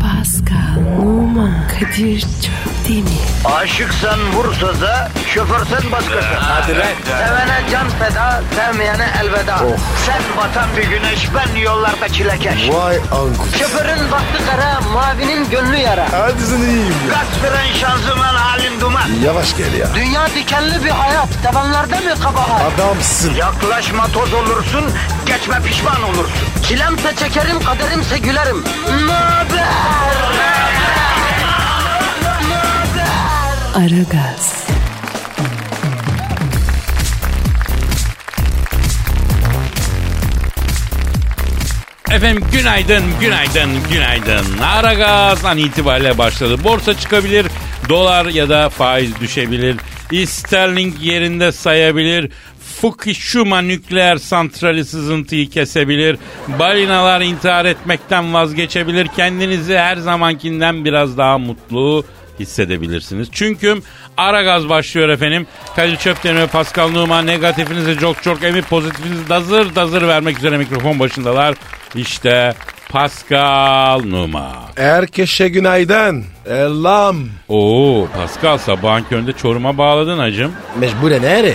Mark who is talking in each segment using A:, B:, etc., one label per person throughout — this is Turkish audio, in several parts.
A: Pascal, Oman, Kadir çok değil mi?
B: Aşıksan vursa da şoförsen başkasın. Hadi
C: lan.
B: Sevene can feda, sevmeyene elveda. Sen batan bir güneş, ben yollarda çilekeş.
C: Vay anku.
B: Şoförün baktı kara, mavinin gönlü yara.
C: Hadi sen iyiyim ya.
B: Kasperen şanzıman halin duman.
C: Yavaş gel ya.
B: Dünya dikenli bir hayat, sevenlerde mi kabahar?
C: Adamsın.
B: Yaklaşma toz olursun, geçme pişman olursun. Çilemse çekerim, kaderimse gülerim. Möber!
A: Aragaz,
D: Efendim günaydın, günaydın, günaydın. Aragaz'dan itibariyle başladı. Borsa çıkabilir, dolar ya da faiz düşebilir. Sterling yerinde sayabilir. Fukushima nükleer santrali sızıntıyı kesebilir. Balinalar intihar etmekten vazgeçebilir. Kendinizi her zamankinden biraz daha mutlu hissedebilirsiniz. Çünkü Aragaz başlıyor efendim. Kadir Çöpten ve Pascal Numa negatifinizi çok çok emip pozitifinizi dazır dazır vermek üzere mikrofon başındalar. İşte Pascal Numa.
C: Herkese günaydın. Elam.
D: Oo Pascal sabahın köründe Çorum'a bağladın acım.
C: Mecburen eri.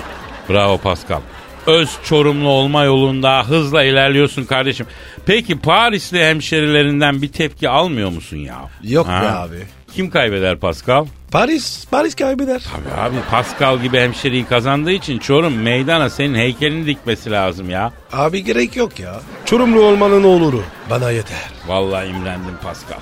D: Bravo Pascal. Öz Çorumlu olma yolunda hızla ilerliyorsun kardeşim. Peki Parisli hemşerilerinden bir tepki almıyor musun ya?
C: Yok be abi.
D: Kim kaybeder Pascal?
C: Paris, Paris kaybeder.
D: Tabii abi Pascal gibi hemşeriyi kazandığı için Çorum meydana senin heykelini dikmesi lazım ya.
C: Abi gerek yok ya. Çorumlu olmanın oğluru. Bana yeter.
D: Vallahi imrendim Pascal.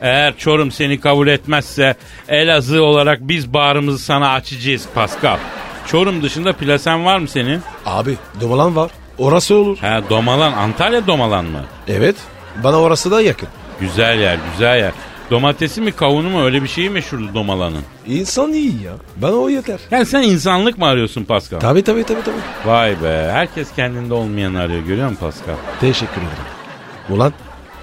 D: Eğer Çorum seni kabul etmezse Elazığ olarak biz bağrımızı sana açacağız Pascal. Çorum dışında plasen var mı senin?
C: Abi domalan var. Orası olur.
D: Ha Domalan, Antalya Domalan mı?
C: Evet. Bana orası da yakın.
D: Güzel yer, güzel yer. Domatesi mi kavunu mu öyle bir şeyi meşhurdu Domalan'ın.
C: İnsan iyi ya. Bana o yeter.
D: Yani sen insanlık mı arıyorsun Pascal?
C: Tabii tabii tabii tabii.
D: Vay be herkes kendinde olmayanı arıyor görüyor musun Pascal?
C: Teşekkür ederim. Ulan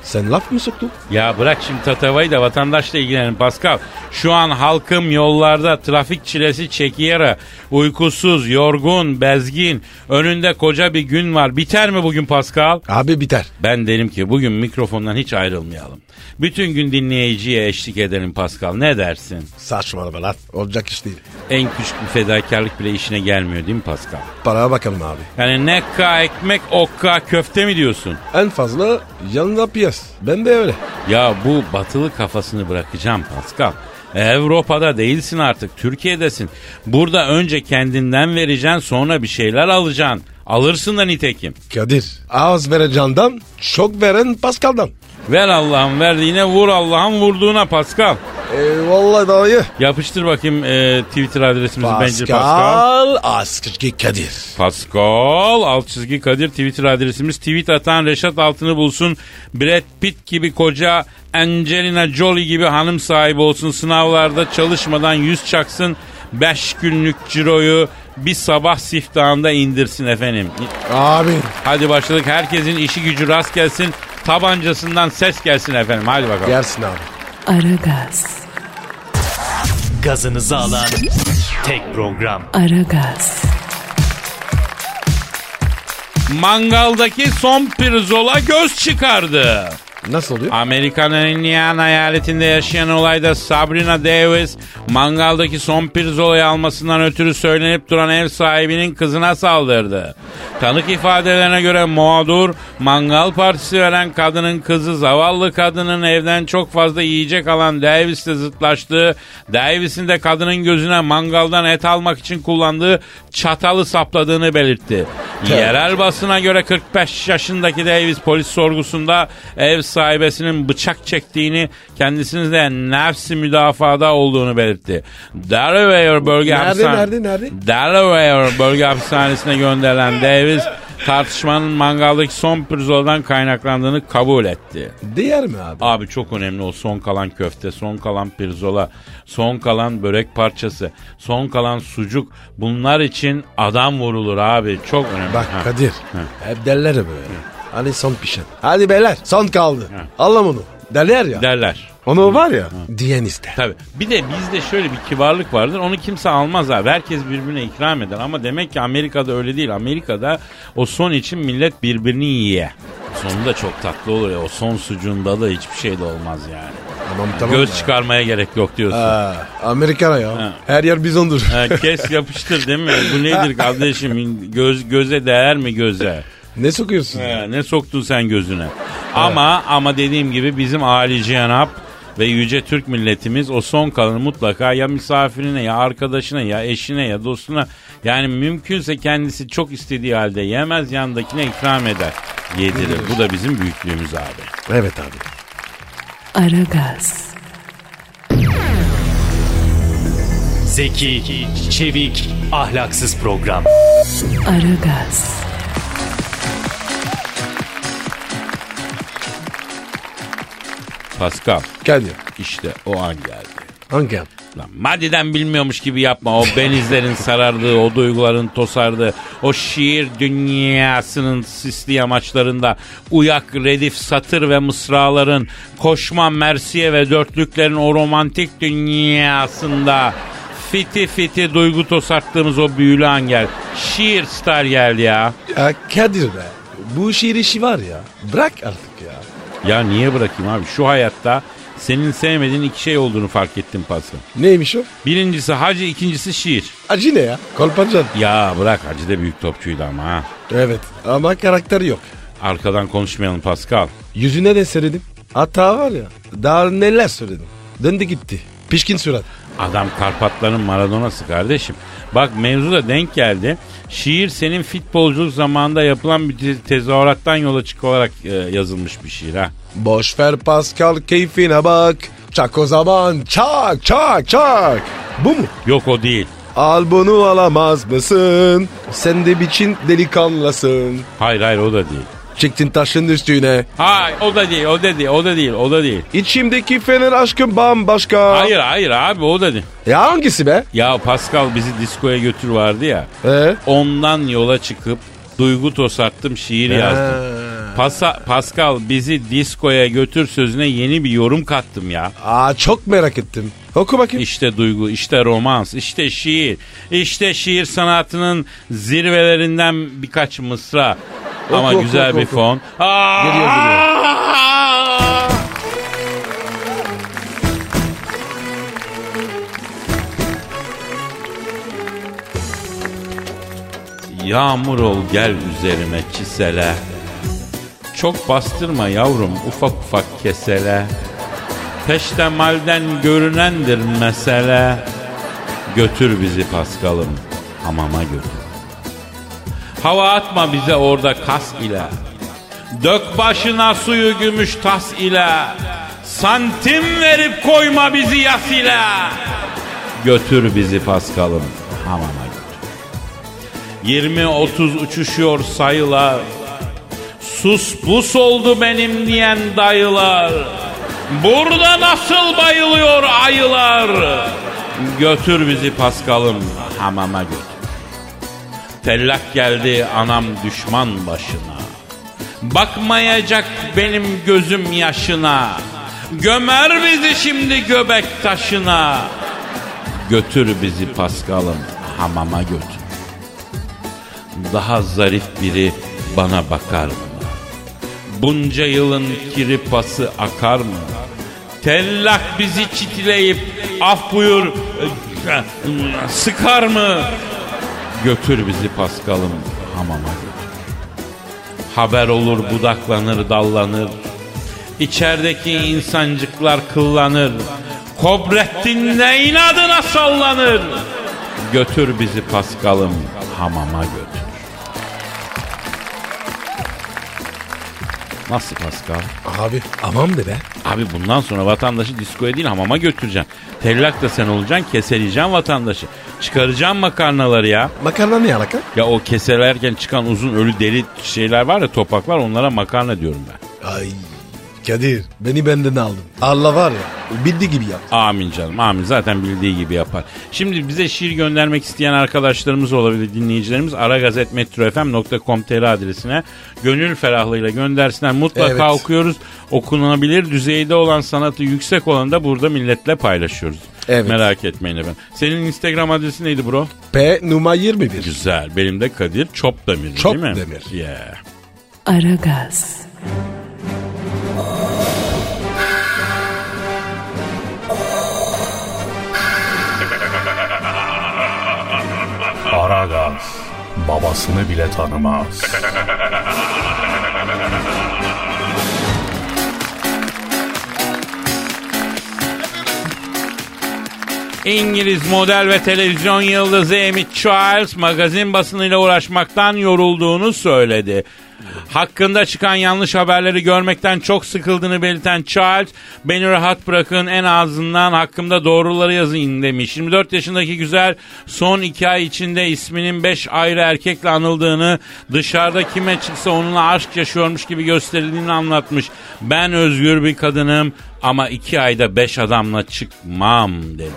C: sen laf mı soktun?
D: Ya bırak şimdi tatavayı da vatandaşla ilgilenin Pascal. Şu an halkım yollarda trafik çilesi çekiyara. Uykusuz, yorgun, bezgin. Önünde koca bir gün var. Biter mi bugün Pascal?
C: Abi biter.
D: Ben derim ki bugün mikrofondan hiç ayrılmayalım. Bütün gün dinleyiciye eşlik edelim Pascal. Ne dersin?
C: Saçmalama lan. Olacak iş değil.
D: En küçük bir fedakarlık bile işine gelmiyor değil mi Pascal?
C: Paraya bakalım abi.
D: Yani ne ka ekmek okka köfte mi diyorsun?
C: En fazla yanında piyas. Ben de öyle.
D: Ya bu batılı kafasını bırakacağım Pascal. Avrupa'da değilsin artık Türkiye'desin. Burada önce kendinden vereceksin sonra bir şeyler alacaksın. Alırsın da nitekim.
C: Kadir. Az veren candan, çok veren Pascal'dan.
D: Ver Allah'ın verdiğine vur Allah'ın vurduğuna Pascal.
C: E, vallahi dayı.
D: Yapıştır bakayım e, Twitter adresimizi bence Pascal.
C: Pascal Askışki Kadir.
D: Pascal alt çizgi Kadir Twitter adresimiz. Tweet atan Reşat Altın'ı bulsun. Brad Pitt gibi koca Angelina Jolie gibi hanım sahibi olsun. Sınavlarda çalışmadan yüz çaksın. 5 günlük ciroyu bir sabah siftahında indirsin efendim.
C: Abi.
D: Hadi başladık. Herkesin işi gücü rast gelsin. Tabancasından ses gelsin efendim. Hadi bakalım.
C: Gelsin abi.
A: Aragaz,
E: gazınızı alan tek program.
A: Aragaz,
D: Mangaldaki son pirzola göz çıkardı.
C: Nasıl oluyor?
D: Amerika'nın Indiana eyaletinde yaşayan olayda Sabrina Davis mangaldaki son pirzolayı almasından ötürü söylenip duran ev sahibinin kızına saldırdı. Tanık ifadelerine göre mağdur mangal partisi veren kadının kızı zavallı kadının evden çok fazla yiyecek alan Davis'le zıtlaştı. Davis'in de kadının gözüne mangaldan et almak için kullandığı çatalı sapladığını belirtti. Yerel basına göre 45 yaşındaki Davis polis sorgusunda ev sahibesinin bıçak çektiğini kendisinin de nefsi müdafada olduğunu belirtti. Delaware bölge
C: Nerede,
D: hapishan-
C: nerede, nerede?
D: Delaware bölge hapishanesine gönderilen Davis tartışmanın mangaldaki son pirzoladan kaynaklandığını kabul etti.
C: Değer mi abi?
D: Abi çok önemli o son kalan köfte, son kalan pirzola, son kalan börek parçası, son kalan sucuk. Bunlar için adam vurulur abi. Çok önemli.
C: Bak
D: Ha.
C: Kadir. Hep derler ya böyle. Hani son pişen. Hadi beyler son kaldı. Anlam onu. Derler ya.
D: Derler.
C: onu var ya. Diyen ister.
D: Tabii. Bir de bizde şöyle bir kibarlık vardır. Onu kimse almaz abi. Herkes birbirine ikram eder. Ama demek ki Amerika'da öyle değil. Amerika'da o son için millet birbirini yiye. Sonunda çok tatlı oluyor. O son sucuğunda da hiçbir şey de olmaz yani.
C: Tamam tamam.
D: Göz
C: da.
D: çıkarmaya gerek yok diyorsun.
C: Ha, Amerikana ya. Her yer bizondur.
D: Ha, kes yapıştır değil mi? Bu nedir kardeşim? Göz göze değer mi göze?
C: ne sokuyorsun?
D: Ha, ne soktun sen gözüne? Ama ama dediğim gibi bizim Ali Cihanap ve yüce Türk milletimiz o son kalanı mutlaka ya misafirine ya arkadaşına ya eşine ya dostuna yani mümkünse kendisi çok istediği halde yemez yandakine ikram eder. Yedirir. Bu da bizim büyüklüğümüz abi.
C: Evet abi.
A: Aragaz,
E: Zeki, çevik, ahlaksız program.
A: Aragaz,
D: Pascal
C: Geldi.
D: işte o an geldi.
C: Hangi an?
D: Lan maddeden bilmiyormuş gibi yapma. O benizlerin sarardığı, o duyguların tosardığı, o şiir dünyasının sisli yamaçlarında uyak, redif, satır ve mısraların koşma, mersiye ve dörtlüklerin o romantik dünyasında fiti fiti duygu tosarttığımız o büyülü an gel. Şiir star geldi ya.
C: Ya Kadir be. Bu şiir işi var ya. Bırak artık ya.
D: Ya niye bırakayım abi? Şu hayatta senin sevmediğin iki şey olduğunu fark ettim Pascal.
C: Neymiş o?
D: Birincisi hacı, ikincisi şiir.
C: Acı ne ya? Kolpancan.
D: Ya bırak Hacı da büyük topçuydu ama ha.
C: Evet ama karakteri yok.
D: Arkadan konuşmayalım Pascal.
C: Yüzüne de seyredim. Hata var ya. Daha neler söyledim. Döndü gitti. Pişkin surat.
D: Adam Karpatların Maradona'sı kardeşim. Bak mevzu da denk geldi. Şiir senin futbolculuk zamanında yapılan bir te- tezahürattan yola çık olarak e, yazılmış bir şiir ha.
C: Boş ver Pascal keyfine bak. Çak o zaman çak çak çak. Bu mu?
D: Yok o değil.
C: Al bunu alamaz mısın? Sen de biçin delikanlısın.
D: Hayır hayır o da değil.
C: Çektin taşın üstüne.
D: Hayır o da değil o da değil o da değil o da değil.
C: İçimdeki fener aşkım bambaşka.
D: Hayır hayır abi o da değil.
C: Ya hangisi be?
D: Ya Pascal bizi diskoya götür vardı ya.
C: Ee?
D: Ondan yola çıkıp duygu tosarttım şiir yazdım. Pasa- Pascal bizi diskoya götür sözüne yeni bir yorum kattım ya.
C: Aa çok merak ettim. Oku bakayım.
D: İşte duygu, işte romans, işte şiir, işte şiir sanatının zirvelerinden birkaç mısra. Ama
C: oku,
D: güzel
C: oku,
D: bir
C: oku.
D: fon. Aa!
C: Geliyor, geliyor.
D: Yağmur ol gel üzerime çisele. Çok bastırma yavrum ufak ufak kesele. Peştemalden görünendir mesele. Götür bizi Paskal'ım hamama götür. Hava atma bize orada kas ile. Dök başına suyu gümüş tas ile. Santim verip koyma bizi yas ile. Götür bizi Paskal'ım hamama götür. 20-30 uçuşuyor sayılar. Sus pus oldu benim diyen dayılar. Burada nasıl bayılıyor ayılar. Götür bizi Paskal'ım hamama götür. Tellak geldi anam düşman başına. Bakmayacak benim gözüm yaşına. Gömer bizi şimdi göbek taşına. Götür bizi Paskal'ım hamama götür. Daha zarif biri bana bakar mı? Bunca yılın kiri pası akar mı? Tellak bizi çitileyip af buyur e, sıkar mı? Götür bizi Paskal'ım hamama götür. Haber olur budaklanır dallanır. İçerideki insancıklar kıllanır. Kobrettin ne inadına sallanır. Götür bizi Paskal'ım hamama götür. Nasıl Paskal?
C: Abi aman de be.
D: Abi bundan sonra vatandaşı diskoya değil hamama götüreceksin. Tellak da sen olacaksın keseleyeceksin vatandaşı. Çıkaracaksın makarnaları ya.
C: Makarna ne alaka?
D: Ya o keselerken çıkan uzun ölü deri şeyler var ya topaklar onlara makarna diyorum ben.
C: Ay Kadir beni benden aldın. Allah var ya bildiği gibi yap.
D: Amin canım amin zaten bildiği gibi yapar. Şimdi bize şiir göndermek isteyen arkadaşlarımız olabilir dinleyicilerimiz aragazetmetrofm.com.tr adresine gönül ferahlığıyla göndersinler. Mutlaka
C: Evet.
D: okuyoruz. Okunabilir düzeyde olan sanatı yüksek olanı da burada milletle paylaşıyoruz.
C: Evet.
D: Merak etmeyin efendim. Senin Instagram adresi neydi bro?
C: P numara 21.
D: Güzel. Benim de Kadir Çopdemir değil mi?
C: Çopdemir.
D: Yeah.
A: Aragaz,
F: Aragaz babasını bile tanımaz.
D: İngiliz model ve televizyon yıldızı Amy Charles magazin basınıyla uğraşmaktan yorulduğunu söyledi. Hakkında çıkan yanlış haberleri görmekten çok sıkıldığını belirten Charles, beni rahat bırakın en azından hakkımda doğruları yazın demiş. 24 yaşındaki güzel son iki ay içinde isminin 5 ayrı erkekle anıldığını, dışarıda kime çıksa onunla aşk yaşıyormuş gibi gösterildiğini anlatmış. Ben özgür bir kadınım ama iki ayda beş adamla çıkmam dedi.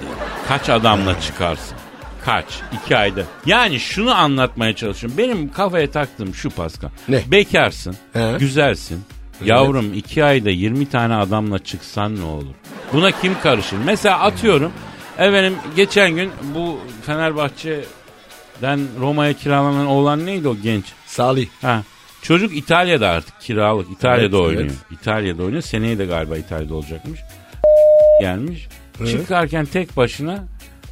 D: Kaç adamla çıkarsın? Kaç? İki ayda. Yani şunu anlatmaya çalışıyorum. Benim kafaya taktığım şu Pascal.
C: Ne?
D: Bekarsın,
C: He.
D: güzelsin. Yavrum iki ayda 20 tane adamla çıksan ne olur? Buna kim karışır? Mesela atıyorum. Efendim geçen gün bu Fenerbahçe'den Roma'ya kiralanan oğlan neydi o genç?
C: Salih.
D: Ha. Çocuk İtalya'da artık kiralık. İtalya'da
C: Evet,
D: oynuyor.
C: evet.
D: İtalya'da oynuyor. Seneye de galiba İtalya'da olacakmış. Gelmiş. Çıkarken tek başına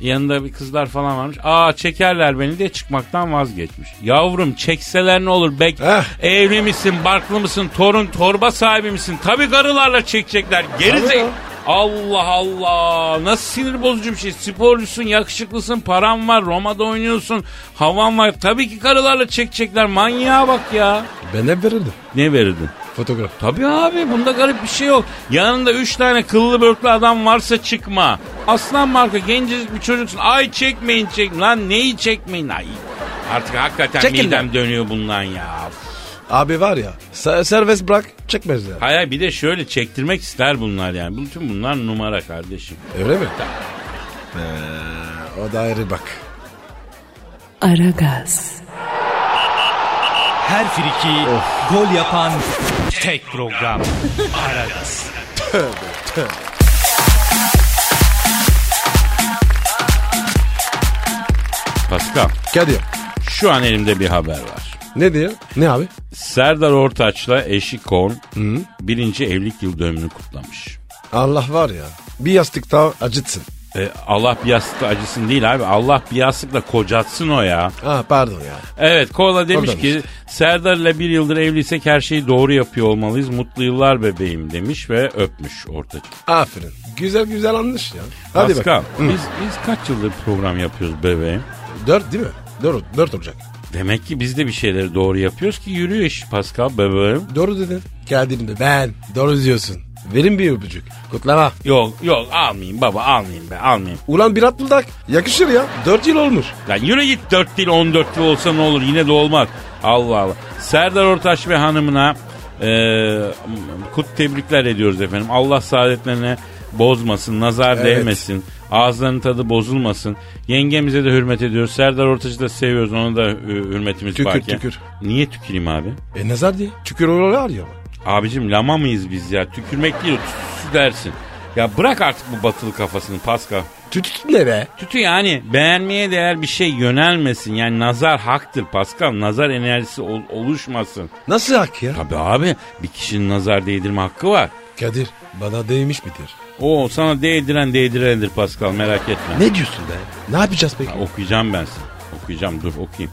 D: yanında bir kızlar falan varmış. Aa çekerler beni diye çıkmaktan vazgeçmiş. Yavrum çekseler ne olur? Bek
C: Heh.
D: evli misin, barklı mısın, torun, torba sahibi misin? Tabii karılarla çekecekler. Geri
C: Tabii
D: zek-
C: ya.
D: Allah Allah nasıl sinir bozucu bir şey. Sporcusun, yakışıklısın, paran var, Roma'da oynuyorsun, havan var. Tabii ki karılarla çekecekler. Manyağa bak ya.
C: Ben hep verirdim.
D: Ne verirdin?
C: Fotoğraf.
D: Tabii abi bunda garip bir şey yok. Yanında üç tane kıllı börklü adam varsa çıkma. Aslan marka gencecik bir çocuksun. Ay çekmeyin çek. Lan neyi çekmeyin? Ay. Artık hakikaten
C: Çekin
D: midem dönüyor bundan ya.
C: Abi var ya se- serbest bırak çekmezler.
D: Hayır bir de şöyle çektirmek ister bunlar yani. Bütün bunlar numara kardeşim.
C: Öyle mi? Ee, o da ayrı bak.
A: Aragaz,
E: Her friki gol yapan tek program. Aragaz.
D: Pascal
C: Kadir
D: şu an elimde bir haber var.
C: ne diyor? Ne abi?
D: Serdar Ortaç'la eşi Korn birinci evlilik yıl dönümünü kutlamış.
C: Allah var ya bir yastıkta acıtsın.
D: E, Allah bir yastıkla acısın değil abi. Allah bir yastıkla kocatsın o ya.
C: Ha Ah, pardon ya.
D: Evet Kola demiş
C: Kola
D: ki
C: demiş.
D: Serdar'la bir yıldır evliysek her şeyi doğru yapıyor olmalıyız. Mutlu yıllar bebeğim demiş ve öpmüş Ortaç.
C: Aferin. Güzel güzel anlaş ya. Hadi
D: Hadi
C: bakalım.
D: biz, biz kaç yıldır program yapıyoruz bebeğim?
C: Dört değil mi? Dört, dört olacak.
D: Demek ki biz de bir şeyleri doğru yapıyoruz ki yürüyor iş Pascal bebeğim.
C: Doğru dedin. Kadir'im de ben. Doğru diyorsun. Verin bir öpücük. Kutlama.
D: Yok yok almayayım baba almayayım be almayayım.
C: Ulan bir at buldak. Yakışır ya. Dört yıl olmuş.
D: Lan yürü git 4 değil 14 yıl olsa ne olur yine de olmaz. Allah Allah. Serdar Ortaç ve hanımına e, kut tebrikler ediyoruz efendim. Allah saadetlerine bozmasın, nazar
C: Evet.
D: değmesin, ağızlarının tadı bozulmasın. Yengemize de hürmet ediyoruz. Serdar Ortaç'ı da seviyoruz. Ona da e, hürmetimiz
C: Tükür,
D: baki.
C: tükür.
D: Niye tüküreyim abi?
C: E nazar diye. Çükür oralar ya.
D: Abicim lama mıyız biz ya? Tükürmek değil o tütsü dersin. Ya bırak artık bu batılı kafasını Pascal.
C: Tütüt ne be?
D: Tütü yani beğenmeye değer bir şey yönelmesin. Yani nazar haktır Pascal. Nazar enerjisi ol- oluşmasın.
C: Nasıl hak ya?
D: Tabii abi bir kişinin nazar değdirme hakkı var.
C: Kadir bana değmiş midir?
D: O sana değdiren değdirendir Pascal merak etme.
C: Ne diyorsun be? Ne yapacağız peki?
D: Ha, okuyacağım ben sana. Okuyacağım dur okuyayım.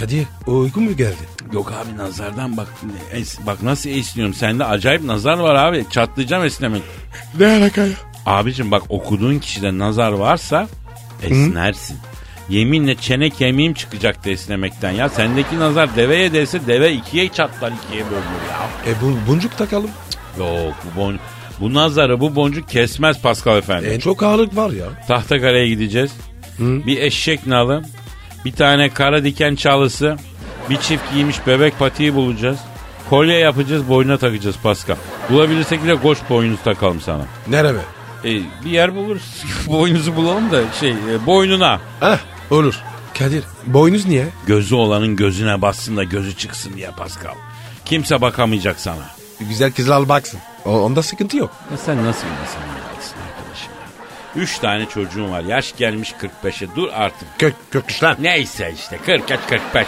C: Kadir uyku mu geldi?
D: Yok abi nazardan bak es- bak nasıl esniyorum. Sende acayip nazar var abi. Çatlayacağım esnemek.
C: Ne alaka ya?
D: Abicim bak okuduğun kişide nazar varsa esnersin. Yeminle çene kemiğim çıkacak da esnemekten ya. Sendeki nazar deveye değse deve ikiye çatlar ikiye bölünür
C: E
D: ya.
C: bu boncuk takalım.
D: Yok bu bon bu nazarı bu boncuk kesmez Pascal efendi.
C: E, çok ağırlık var ya.
D: Tahtakale'ye gideceğiz. Bir eşek nalı, bir tane kara diken çalısı, bir çift giymiş bebek patiği bulacağız. Kolye yapacağız, boynuna takacağız Pascal. Bulabilirsek de koç boynuzu takalım sana.
C: Nere be?
D: E, bir yer buluruz. Boynuzu bulalım da şey e, boynuna.
C: Heh olur. Kadir boynuz niye?
D: Gözü olanın gözüne bassın da gözü çıksın diye Pascal. Kimse bakamayacak sana.
C: E, Güzel kızlar baksın. O, onda sıkıntı yok.
D: Ya sen nasıl bir insan olacaksın arkadaşım ya? Üç tane çocuğun var. Yaş gelmiş 45'e. Dur artık.
C: Kök, kökmüş lan.
D: Neyse işte 43 45.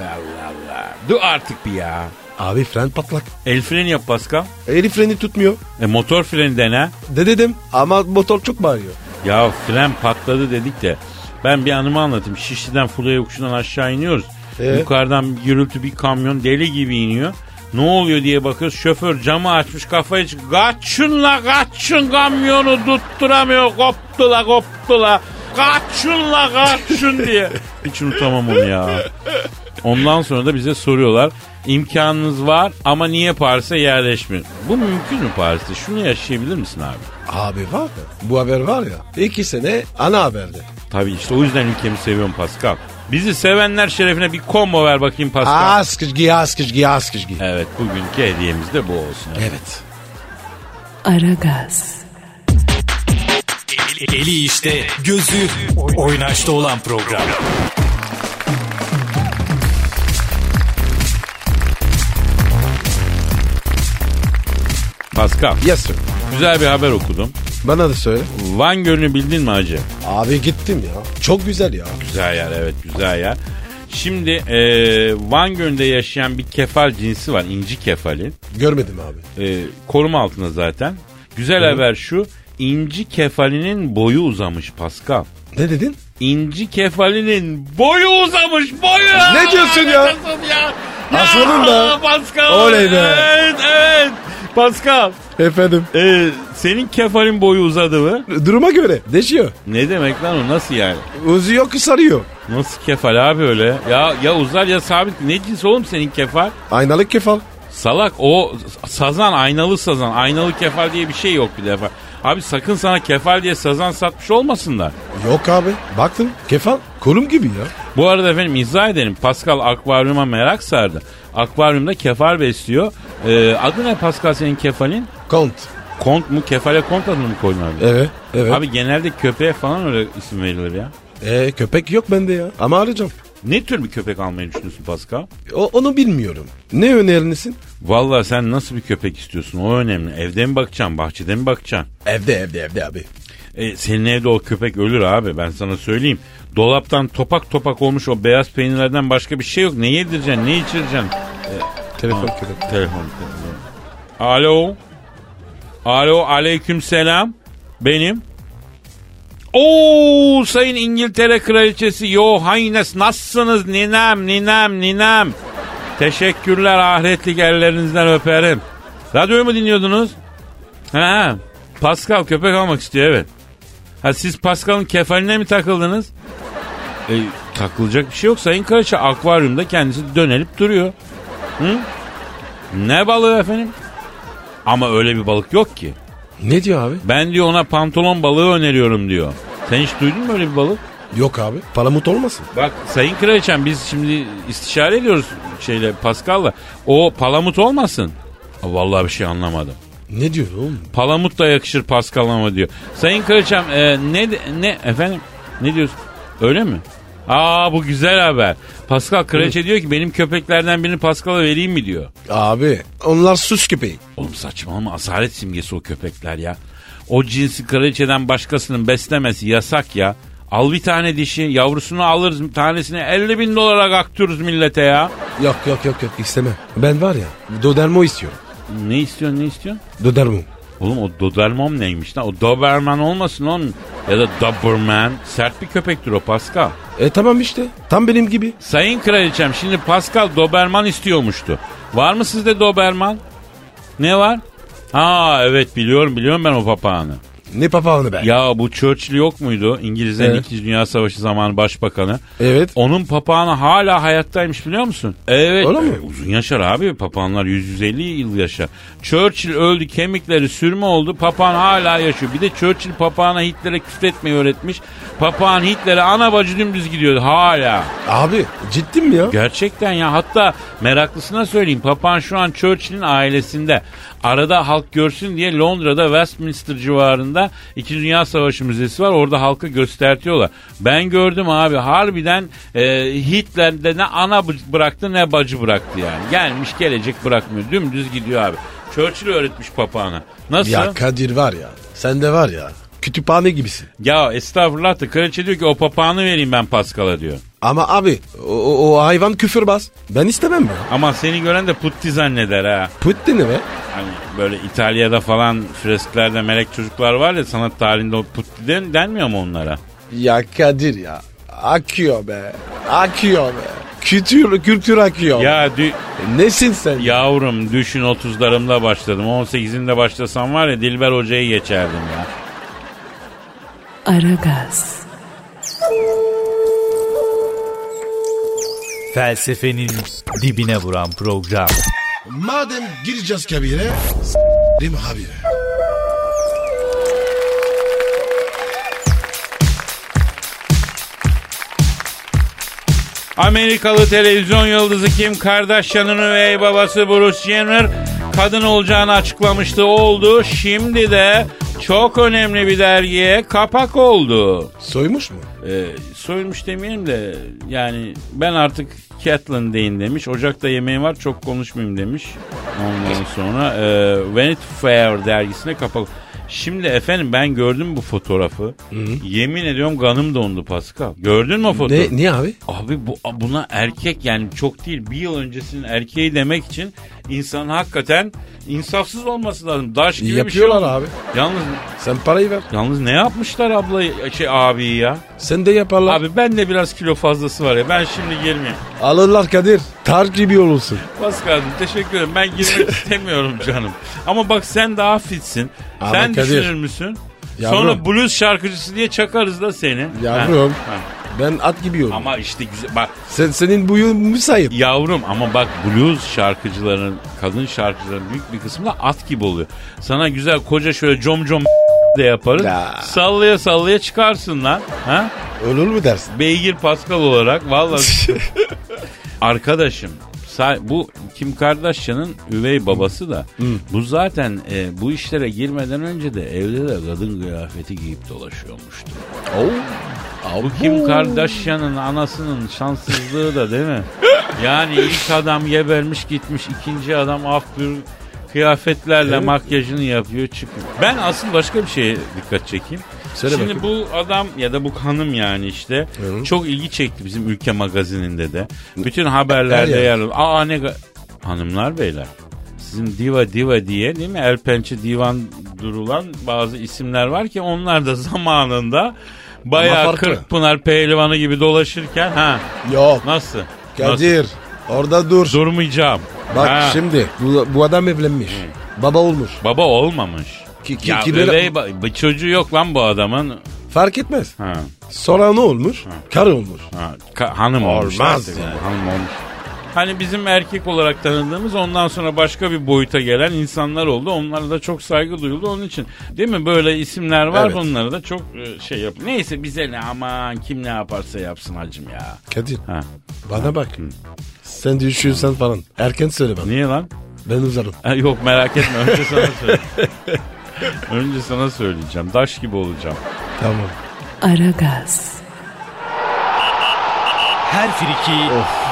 D: Allah Allah. Dur artık bir ya.
C: Abi fren patlak.
D: El freni yap Pascal.
C: Eli freni tutmuyor.
D: E motor freni dene.
C: De dedim ama motor çok bağırıyor.
D: Ya fren patladı dedik de ben bir anımı anlatayım. Şişli'den Fulya yokuşundan aşağı iniyoruz.
C: Ee?
D: Yukarıdan bir gürültü bir kamyon deli gibi iniyor. Ne oluyor diye bakıyoruz. Şoför camı açmış kafayı çık. Kaçın la kaçın kamyonu tutturamıyor. Koptu la koptu la. Kaçın la kaçın diye. Hiç unutamam onu ya. Ondan sonra da bize soruyorlar. İmkanınız var ama niye Paris'e yerleşmiyor? Bu mümkün mü Paris'te? Şunu yaşayabilir misin abi?
C: Abi var ya bu haber var ya iki sene ana haberde.
D: Tabii işte o yüzden ülkemi seviyorum Pascal. Bizi sevenler şerefine bir combo ver bakayım Pascal.
C: Askışgi askışgi askışgi.
D: Evet bugünkü hediyemiz de bu olsun.
C: Evet.
A: Aragaz,
E: Eli, eli işte, gözü oynaşta olan program.
D: Pascal
C: Yes sir.
D: güzel bir haber okudum.
C: Bana da söyle.
D: Van Gölü'nü bildin mi hacı?
C: Abi gittim ya. Çok güzel ya.
D: Güzel yer evet güzel yer. Şimdi eee, Van Gölü'nde yaşayan bir kefal cinsi var inci kefali.
C: Görmedim abi.
D: Eee, koruma altında zaten. Güzel haber şu inci kefalinin boyu uzamış Pascal.
C: Ne dedin?
D: İnci kefalinin boyu uzamış boyu.
C: Ne diyorsun ya?
D: diyorsun ya? Ya,
C: Aslanım da.
D: Pascal.
C: Oley be.
D: Evet evet. Pascal.
C: Efendim.
D: e, senin kefalin boyu uzadı mı?
C: Duruma göre. Değişiyor.
D: Ne demek lan o nasıl yani?
C: Uzuyor ki sarıyor.
D: Nasıl kefal abi öyle? Ya ya uzar ya sabit. Ne cins oğlum senin kefal?
C: Aynalık kefal.
D: Salak o sazan aynalı sazan. Aynalı kefal diye bir şey yok bir defa. Abi sakın sana kefal diye sazan satmış olmasınlar.
C: Yok abi. Baktım kefal kolum gibi ya.
D: Bu arada efendim izah edelim. Pascal akvaryuma merak sardı. Akvaryumda kefal besliyor. Ee, adı ne Pascal senin kefalin?
C: Kont.
D: Kont mu? Kefale kont adını mı koydun abi?
C: Evet. Evet.
D: Abi genelde köpeğe falan öyle isim verilir ya.
C: Ee, köpek yok bende ya. Ama arayacağım.
D: Ne tür bir köpek almayı düşünüyorsun Pascal?
C: O, onu bilmiyorum. Ne önerirsin?
D: Vallahi sen nasıl bir köpek istiyorsun o önemli. Evde mi bakacaksın, bahçede mi bakacaksın?
C: Evde evde evde abi.
D: E, senin evde o köpek ölür abi ben sana söyleyeyim. Dolaptan topak topak olmuş o beyaz peynirlerden başka bir şey yok. Ne yedireceksin, ne içireceksin? E,
C: Telefon köpek.
D: Telefon telefon. Alo. Alo aleyküm selam. Benim. Oo sayın İngiltere kraliçesi Yohannes nasılsınız ninem ninem ninem. Teşekkürler ahiretlik ellerinizden öperim. Radyoyu mu dinliyordunuz? Ha, Pascal köpek almak istiyor evet. Ha siz Pascal'ın kefaline mi takıldınız? E, takılacak bir şey yok sayın kraliçe. Akvaryumda kendisi dönelip duruyor. Ne balığı efendim? Ama öyle bir balık yok ki.
C: Ne diyor abi?
D: Ben diyor ona pantolon balığı öneriyorum diyor. Sen hiç duydun mu öyle bir balık?
C: Yok abi. Palamut olmasın.
D: Bak Sayın Kraliçem biz şimdi istişare ediyoruz şeyle Pascal'la. O palamut olmasın. Aa, Vallahi bir şey anlamadım.
C: Ne diyor oğlum?
D: Palamut da yakışır Pascal ama diyor. Sayın Kraliçem e, ne de- ne efendim ne diyorsun? Öyle mi? Aa bu güzel haber. Pascal kraliçe diyor ki benim köpeklerden birini Pascal'a vereyim mi diyor.
C: Abi onlar süs köpeği.
D: Oğlum saçmalama asalet simgesi o köpekler ya. O cinsi kraliçeden başkasının beslemesi yasak ya. Al bir tane dişi yavrusunu alırız tanesini 50 bin dolara kaktırırız millete ya.
C: Yok yok yok yok istemem. Ben var ya Dodermo istiyorum.
D: Ne istiyorsun ne istiyorsun?
C: Dodermo.
D: Oğlum o Doberman neymiş lan? O Doberman olmasın oğlum. Ya da Doberman. Sert bir köpektir o Pascal.
C: E tamam işte. Tam benim gibi.
D: Sayın kraliçem şimdi Pascal Doberman istiyormuştu. Var mı sizde Doberman? Ne var? Ha evet biliyorum biliyorum ben o papağanı.
C: Ne papağanı ben.
D: Ya bu Churchill yok muydu? İngilizlerin
C: Evet.
D: İkinci Dünya Savaşı zamanı başbakanı.
C: Evet.
D: Onun papağanı hala hayattaymış biliyor musun? Evet.
C: Öyle mi?
D: E, Uzun yaşar abi papağanlar 150 yıl yaşar. Churchill öldü kemikleri sürme oldu papağan hala yaşıyor. Bir de Churchill papağana Hitler'e küfretmeyi öğretmiş. Papağan Hitler'e ana bacı dümdüz gidiyordu hala.
C: Abi ciddi mi ya?
D: Gerçekten ya hatta meraklısına söyleyeyim papağan şu an Churchill'in ailesinde. Arada halk görsün diye Londra'da Westminster civarında İkinci Dünya Savaşı Müzesi var orada halka göstertiyorlar. Ben gördüm abi harbiden e, Hitler'de ne ana b- bıraktı ne bacı bıraktı yani. Gelmiş gelecek bırakmıyor dümdüz gidiyor abi. Churchill öğretmiş papağana. Nasıl?
C: Ya Kadir var ya. Sende var ya. Kütüphane gibisin.
D: Ya estağfurullah da kraliçe diyor ki o papağanı vereyim ben Paskal'a diyor.
C: Ama abi o, o- o hayvan küfürbaz. Ben istemem mi?
D: Ama seni gören de putti zanneder ha.
C: Putti ne be?
D: Hani böyle İtalya'da falan fresklerde melek çocuklar var ya sanat tarihinde o putti den, denmiyor mu onlara?
C: Ya Kadir ya. Akıyor be. Akıyor be. Kültür, kültür akıyor. E,
D: Ya dü-
C: Nesin sen?
D: yavrum düşün 30'larımda başladım. 18'inde başlasam var ya Dilber Hoca'yı geçerdim ya.
A: Aragaz,
E: Felsefenin dibine vuran program.
C: Madem gireceğiz kabire, s**rim habire.
D: Amerikalı televizyon yıldızı Kim Kardashian'ın üvey babası Bruce Jenner kadın olacağını açıklamıştı oldu. Şimdi de çok önemli bir dergiye kapak oldu.
C: Soymuş mu?
D: Ee, soyulmuş demeyelim de yani ben artık Catelyn deyin demiş. Ocakta yemeğim var çok konuşmayayım demiş. Ondan sonra e, Vanity Fair dergisine kapak. Şimdi efendim ben gördüm bu fotoğrafı. Yemin ediyorum kanım dondu Pascal. Gördün mü o fotoğrafı?
C: Ne, niye abi?
D: Abi bu buna erkek yani çok değil bir yıl öncesinin erkeği demek için insan hakikaten insafsız olması lazım. Daş gibi bir şey.
C: Yapıyorlar
D: olmuş.
C: abi.
D: Yalnız
C: Sen parayı ver.
D: yalnız ne yapmışlar abla şey abiyi ya?
C: Sen de yaparlar.
D: Abi ben de biraz kilo fazlası var ya. Ben şimdi girmeyeyim.
C: Alırlar Kadir. Tar gibi olursun.
D: Paskal'cığım teşekkür ederim. Ben girmek istemiyorum canım. Ama bak sen daha fitsin.
C: Ama
D: sen
C: Kadir,
D: düşünür müsün?
C: yavrum.
D: Sonra blues şarkıcısı diye çakarız da seni.
C: Yavrum.
D: Ha, ha.
C: Ben at gibi olurum.
D: Ama işte güzel bak
C: Sen, senin buyun müsait.
D: Yavrum ama bak blues şarkıcıların, kadın şarkıcıların büyük bir kısmı da at gibi oluyor. Sana güzel koca şöyle com com de yaparız.
C: Ya.
D: Sallaya sallaya çıkarsın lan. Ha?
C: Olur mu dersin?
D: Beygir Pascal olarak vallahi arkadaşım sa- bu Kim Kardashian'ın üvey babası da bu zaten e, bu işlere girmeden önce de evde de kadın kıyafeti giyip dolaşıyormuştu. Bu Kim Kardashian'ın anasının şanssızlığı da değil mi? Yani ilk adam gebermiş gitmiş ikinci adam af buyur kıyafetlerle makyajını yapıyor çıkıyor. Ben asıl başka bir şeye dikkat çekeyim.
C: Söyle
D: Şimdi
C: bakayım.
D: bu adam ya da bu hanım yani işte çok ilgi çekti bizim ülke magazininde de. Bütün haberlerde
C: Her yer.
D: yer alıyor. Aa ne ga- hanımlar beyler. Sizin diva diva diye değil mi? El pençe divan durulan bazı isimler var ki onlar da zamanında bayağı
C: farklı.
D: Kırkpınar pehlivanı gibi dolaşırken ha
C: Yok.
D: nasıl? Nasıl?
C: Kadir. Orada dur.
D: Durmayacağım.
C: Bak
D: Ha,
C: şimdi bu, bu adam evlenmiş. Baba olmuş.
D: Baba olmamış.
C: Ki- ki-
D: ya
C: ki böyle-
D: üvey ba- bir çocuğu yok lan bu adamın.
C: Fark etmez.
D: Ha,
C: Sonra ne olmuş? Karı olmuş.
D: ha, ka- hanım olmuş.
C: Olmaz
D: zaten.
C: yani.
D: Hanım olmuş. Hani bizim erkek olarak tanıdığımız ondan sonra başka bir boyuta gelen insanlar oldu. Onlara da çok saygı duyuldu onun için. Değil mi? Böyle isimler var
C: Evet.
D: onlara da çok e, şey yap. Neyse bize ne aman kim ne yaparsa yapsın hacım ya.
C: Kadir
D: Ha.
C: bana bak. Sen düşüyorsan falan. Erken söyle bana.
D: Niye lan?
C: Ben uzarım.
D: Ha, yok merak etme önce sana söyleyeceğim. önce sana söyleyeceğim. Daş gibi olacağım.
C: Tamam.
A: Aragaz,
E: Her friki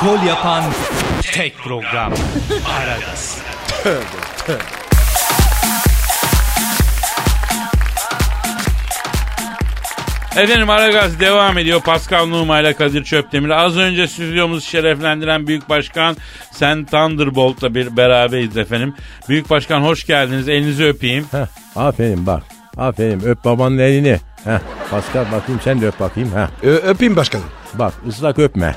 E: gol yapan tek program. Aragaz.
D: Efendim Aragaz devam ediyor. Pascal Numa ile Kadir Çöptemir. Az önce stüdyomuzu şereflendiren Büyük Başkan Sen Thunderbolt'la bir beraberiz efendim. Büyük Başkan hoş geldiniz. Elinizi öpeyim.
G: Heh, aferin bak. Aferin öp babanın elini. Heh, Pascal bakayım sen de öp bakayım. Heh.
C: Ö- öpeyim başkanım.
G: Bak ıslak öpme.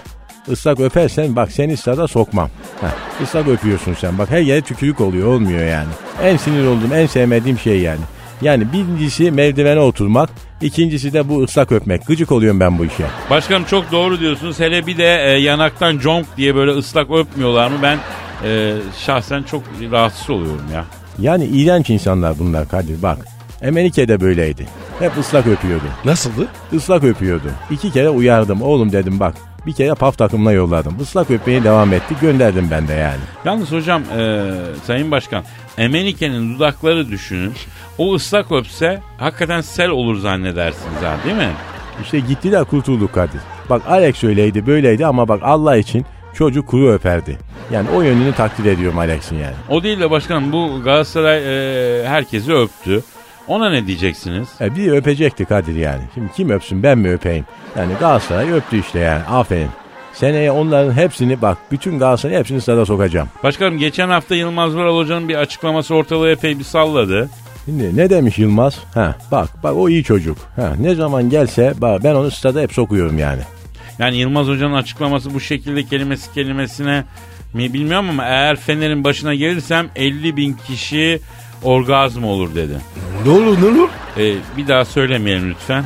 G: Islak öpersen bak seni ıslada sokmam. Heh, ıslak öpüyorsun sen. Bak her yere tükürük oluyor olmuyor yani. En sinir olduğum en sevmediğim şey yani. Yani birincisi merdivene oturmak. ikincisi de bu ıslak öpmek. Gıcık oluyorum ben bu işe.
D: Başkanım çok doğru diyorsunuz. Hele bir de e, yanaktan conk diye böyle ıslak öpmüyorlar mı? Ben e, şahsen çok rahatsız oluyorum ya.
G: Yani iğrenç insanlar bunlar Kadir bak. Emenike'de böyleydi. Hep ıslak öpüyordu.
C: Nasıldı?
G: Islak öpüyordu. İki kere uyardım. Oğlum dedim bak. Bir kere paf takımına yolladım. Islak öpmeye devam etti. Gönderdim ben de yani.
D: Yalnız hocam e, Sayın Başkan Emenike'nin dudakları düşünün. O ıslak öpse hakikaten sel olur zannedersiniz ha değil mi?
G: İşte gittiler kurtulduk Kadir. Bak Alex öyleydi böyleydi ama bak Allah için çocuk kuru öperdi. Yani o yönünü takdir ediyorum Alex'in yani.
D: O değil de başkanım bu Galatasaray e, herkesi öptü. Ona ne diyeceksiniz?
G: E, bir öpecekti Kadir yani. Şimdi kim öpsün ben mi öpeyim? Yani Galatasaray öptü işte yani aferin. Seneye onların hepsini bak bütün Galatasaray'ın hepsini stada sokacağım.
D: Başkanım geçen hafta Yılmaz Vural Hoca'nın bir açıklaması ortalığı epey bir salladı.
G: Şimdi ne demiş Yılmaz? Ha bak bak o iyi çocuk. Ha ne zaman gelse bak ben onu stada hep sokuyorum yani.
D: Yani Yılmaz Hoca'nın açıklaması bu şekilde kelimesi kelimesine mi bilmiyorum ama eğer Fener'in başına gelirsem 50 bin kişi orgazm olur dedi.
C: Ne olur ne olur?
D: E, bir daha söylemeyelim lütfen.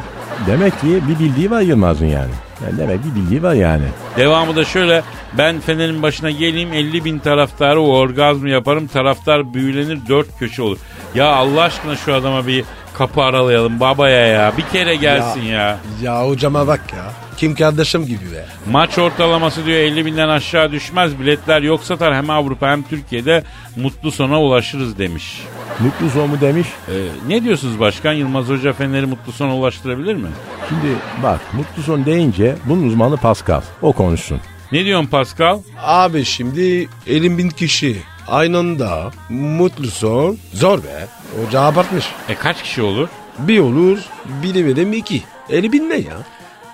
G: Demek ki bir bildiği var Yılmaz'ın yani. yani demek bir bildiği var yani.
D: Devamı da şöyle ben Fener'in başına geleyim 50 bin taraftarı o orgazmı yaparım taraftar büyülenir dört köşe olur. Ya Allah aşkına şu adama bir kapı aralayalım babaya ya bir kere gelsin ya.
C: Ya hocama bak ya. Kim kardeşim gibi be.
D: Maç ortalaması diyor 50 binden aşağı düşmez biletler yok satar hem Avrupa hem Türkiye'de mutlu sona ulaşırız demiş.
G: Mutlu son mu demiş.
D: Ee, ne diyorsunuz başkan Yılmaz Hoca Fener'i mutlu sona ulaştırabilir mi?
G: Şimdi bak mutlu son deyince bunun uzmanı Pascal. O konuşsun.
D: Ne diyorsun Pascal?
C: Abi şimdi elin bin kişi aynı anda mutlu son zor be. Hoca abartmış.
D: E kaç kişi olur?
C: Bir olur biri verim iki. Eli bin ne ya?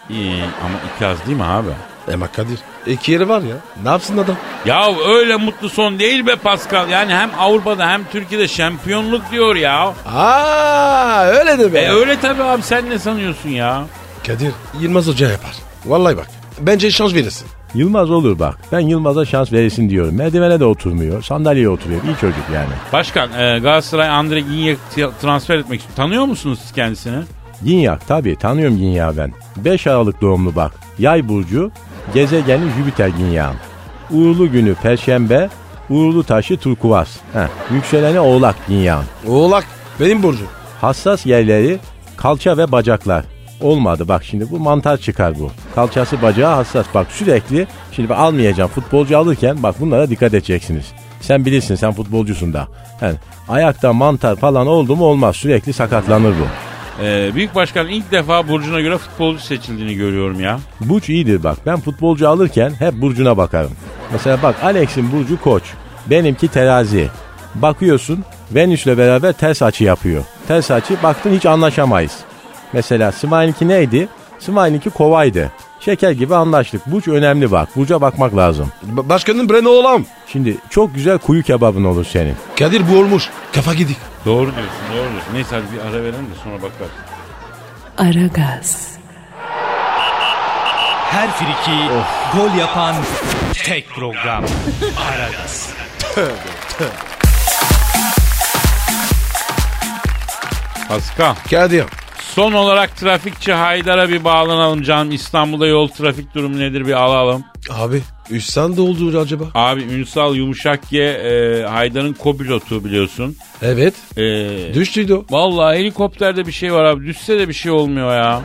D: İyi ama iki az değil mi abi?
C: Ama Kadir iki yeri var ya. Ne yapsın adam?
D: Ya öyle mutlu son değil be Pascal. Yani hem Avrupa'da hem Türkiye'de şampiyonluk diyor ya.
C: Aa öyle de be.
D: E öyle tabii abi sen ne sanıyorsun ya?
C: Kadir Yılmaz Hoca yapar. Vallahi bak. Bence şans verirsin.
G: Yılmaz olur bak. Ben Yılmaz'a şans verilsin diyorum. Merdivene de oturmuyor. Sandalyeye oturuyor. İyi çocuk yani.
D: Başkan e, Galatasaray Andre Ginyek transfer etmek istiyor. Tanıyor musunuz siz kendisini?
G: Ginyak tabii tanıyorum Ginyak'ı ben. 5 Aralık doğumlu bak. Yay burcu, gezegeni Jüpiter Ginyak'ın. Uğurlu günü Perşembe, uğurlu taşı Turkuaz. Heh, yükseleni Oğlak Ginyak'ın.
C: Oğlak benim burcum.
G: Hassas yerleri kalça ve bacaklar. Olmadı bak şimdi bu mantar çıkar bu. Kalçası bacağı hassas bak sürekli. Şimdi bak almayacağım futbolcu alırken bak bunlara dikkat edeceksiniz. Sen bilirsin sen futbolcusun da. Yani ayakta mantar falan oldu mu olmaz sürekli sakatlanır bu.
D: E, Büyük Başkan ilk defa Burcu'na göre futbolcu seçildiğini görüyorum ya.
G: Burç iyidir bak. Ben futbolcu alırken hep burcuna bakarım. Mesela bak Alex'in burcu koç. Benimki terazi. Bakıyorsun Venüs'le beraber ters açı yapıyor. Ters açı baktın hiç anlaşamayız. Mesela Smiley'inki neydi? Smiley'inki kovaydı. Şeker gibi anlaştık. Burç önemli bak. Burca bakmak lazım.
C: Ba- başkanın Breno oğlam.
G: Şimdi çok güzel kuyu kebabın olur senin.
C: Kadir bu olmuş. Kafa gidik.
D: Doğru diyorsun doğru diyorsun. Neyse hadi bir ara verelim de sonra bakarız.
A: Aragaz,
E: Her friki gol yapan tek program. Aragaz.
D: Pascal.
C: Kadir.
D: Son olarak trafikçi Haydar'a bir bağlanalım canım. İstanbul'da yol trafik durumu nedir bir alalım.
C: Abi Üstan da oldu acaba?
D: Abi Ünsal Yumuşak Ye e, Haydar'ın kopilotu biliyorsun.
C: Evet.
D: E,
C: Düştüydü o.
D: Vallahi helikopterde bir şey var abi. Düşse de bir şey olmuyor ya.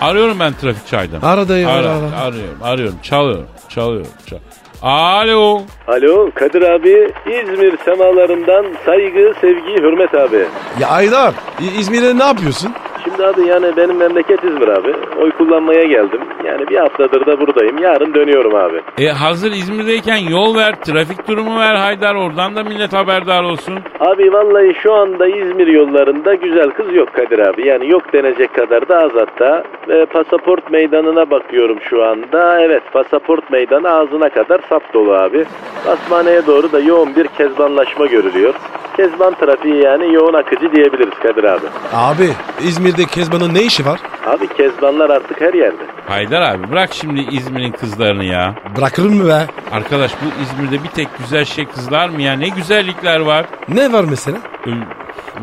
D: Arıyorum ben trafikçi Haydar'ı.
C: Ara dayı,
D: Ara-
C: ara, ara.
D: Arıyorum, arıyorum. Çalıyorum, çalıyorum. çal- Alo.
H: Alo Kadir abi İzmir semalarından saygı, sevgi, hürmet abi.
C: Ya Aydar İ- İzmir'de ne yapıyorsun?
H: Şimdi abi yani benim memleket İzmir abi. Oy kullanmaya geldim. Yani bir haftadır da buradayım. Yarın dönüyorum abi.
D: E, hazır İzmir'deyken yol ver, trafik durumu ver Haydar. Oradan da millet haberdar olsun.
H: Abi vallahi şu anda İzmir yollarında güzel kız yok Kadir abi. Yani yok denecek kadar da az hatta. Ve pasaport meydanına bakıyorum şu anda. Evet pasaport meydanı ağzına kadar sap dolu abi. Basmaneye doğru da yoğun bir kezbanlaşma görülüyor. Kezban trafiği yani yoğun akıcı diyebiliriz Kadir abi.
C: Abi İzmir'de Kezban'ın ne işi var?
H: Abi kezbanlar artık her yerde.
D: Haydar abi bırak şimdi İzmir'in kızlarını ya.
C: Bırakır mı be?
D: Arkadaş bu İzmir'de bir tek güzel şey kızlar mı ya? Ne güzellikler var.
C: Ne var mesela?
D: Ee,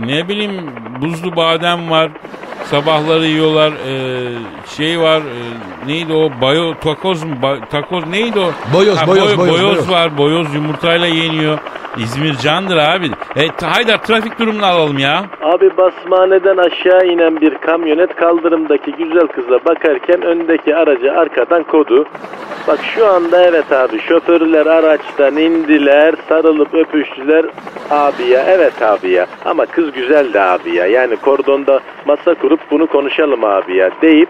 D: Ne bileyim buzlu badem var. Sabahları yiyorlar. ee, şey var. ee, neydi o? Bayo takoz mu? Ba- takoz neydi o?
C: Boyoz, boyoz,
D: boyo-
C: boyoz, boyoz.
D: var. Boyoz yumurtayla yeniyor. İzmir candır abi. E, t- Haydar trafik durumunu alalım ya.
H: Abi basmaneden aşağı inen bir kamyonet kaldırımdaki güzel kıza bakarken öndeki aracı arkadan kodu. Bak şu anda evet abi şoförler araçtan indiler sarılıp öpüştüler abi ya evet abi ya ama kız güzeldi abi ya yani kordonda masa kurup bunu konuşalım abi ya deyip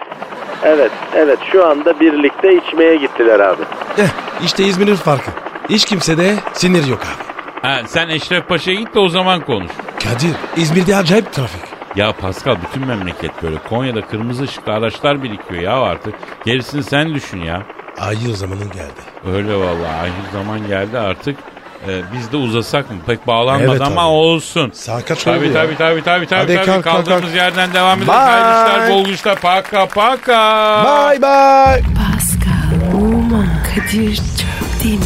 H: evet evet şu anda birlikte içmeye gittiler abi.
C: Eh, işte İzmir'in farkı. Hiç kimsede sinir yok abi.
D: Ha, sen Eşref Paşa'ya git de o zaman konuş.
C: Kadir İzmir'de acayip trafik.
D: Ya Pascal bütün memleket böyle. Konya'da kırmızı ışıklı araçlar birikiyor ya artık. Gerisini sen düşün ya.
C: Hayır zamanın geldi.
D: Öyle vallahi ahir zaman geldi artık. Ee, biz de uzasak mı? Pek bağlanmadı
C: Evet
D: ama
C: abi.
D: olsun.
C: Saat kaç
D: tabii,
C: oldu
D: tabii,
C: ya?
D: tabii tabii tabii
C: Hadi
D: tabii.
C: kalk, kalk,
D: Kaldığımız
C: kalk.
D: yerden devam ederiz.
C: Bye.
D: Hayırlı işler, bol güçler. Paka paka.
C: Bye bye.
A: Pascal, Oman, Kadir çok değil mi?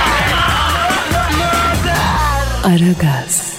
A: Aragaz.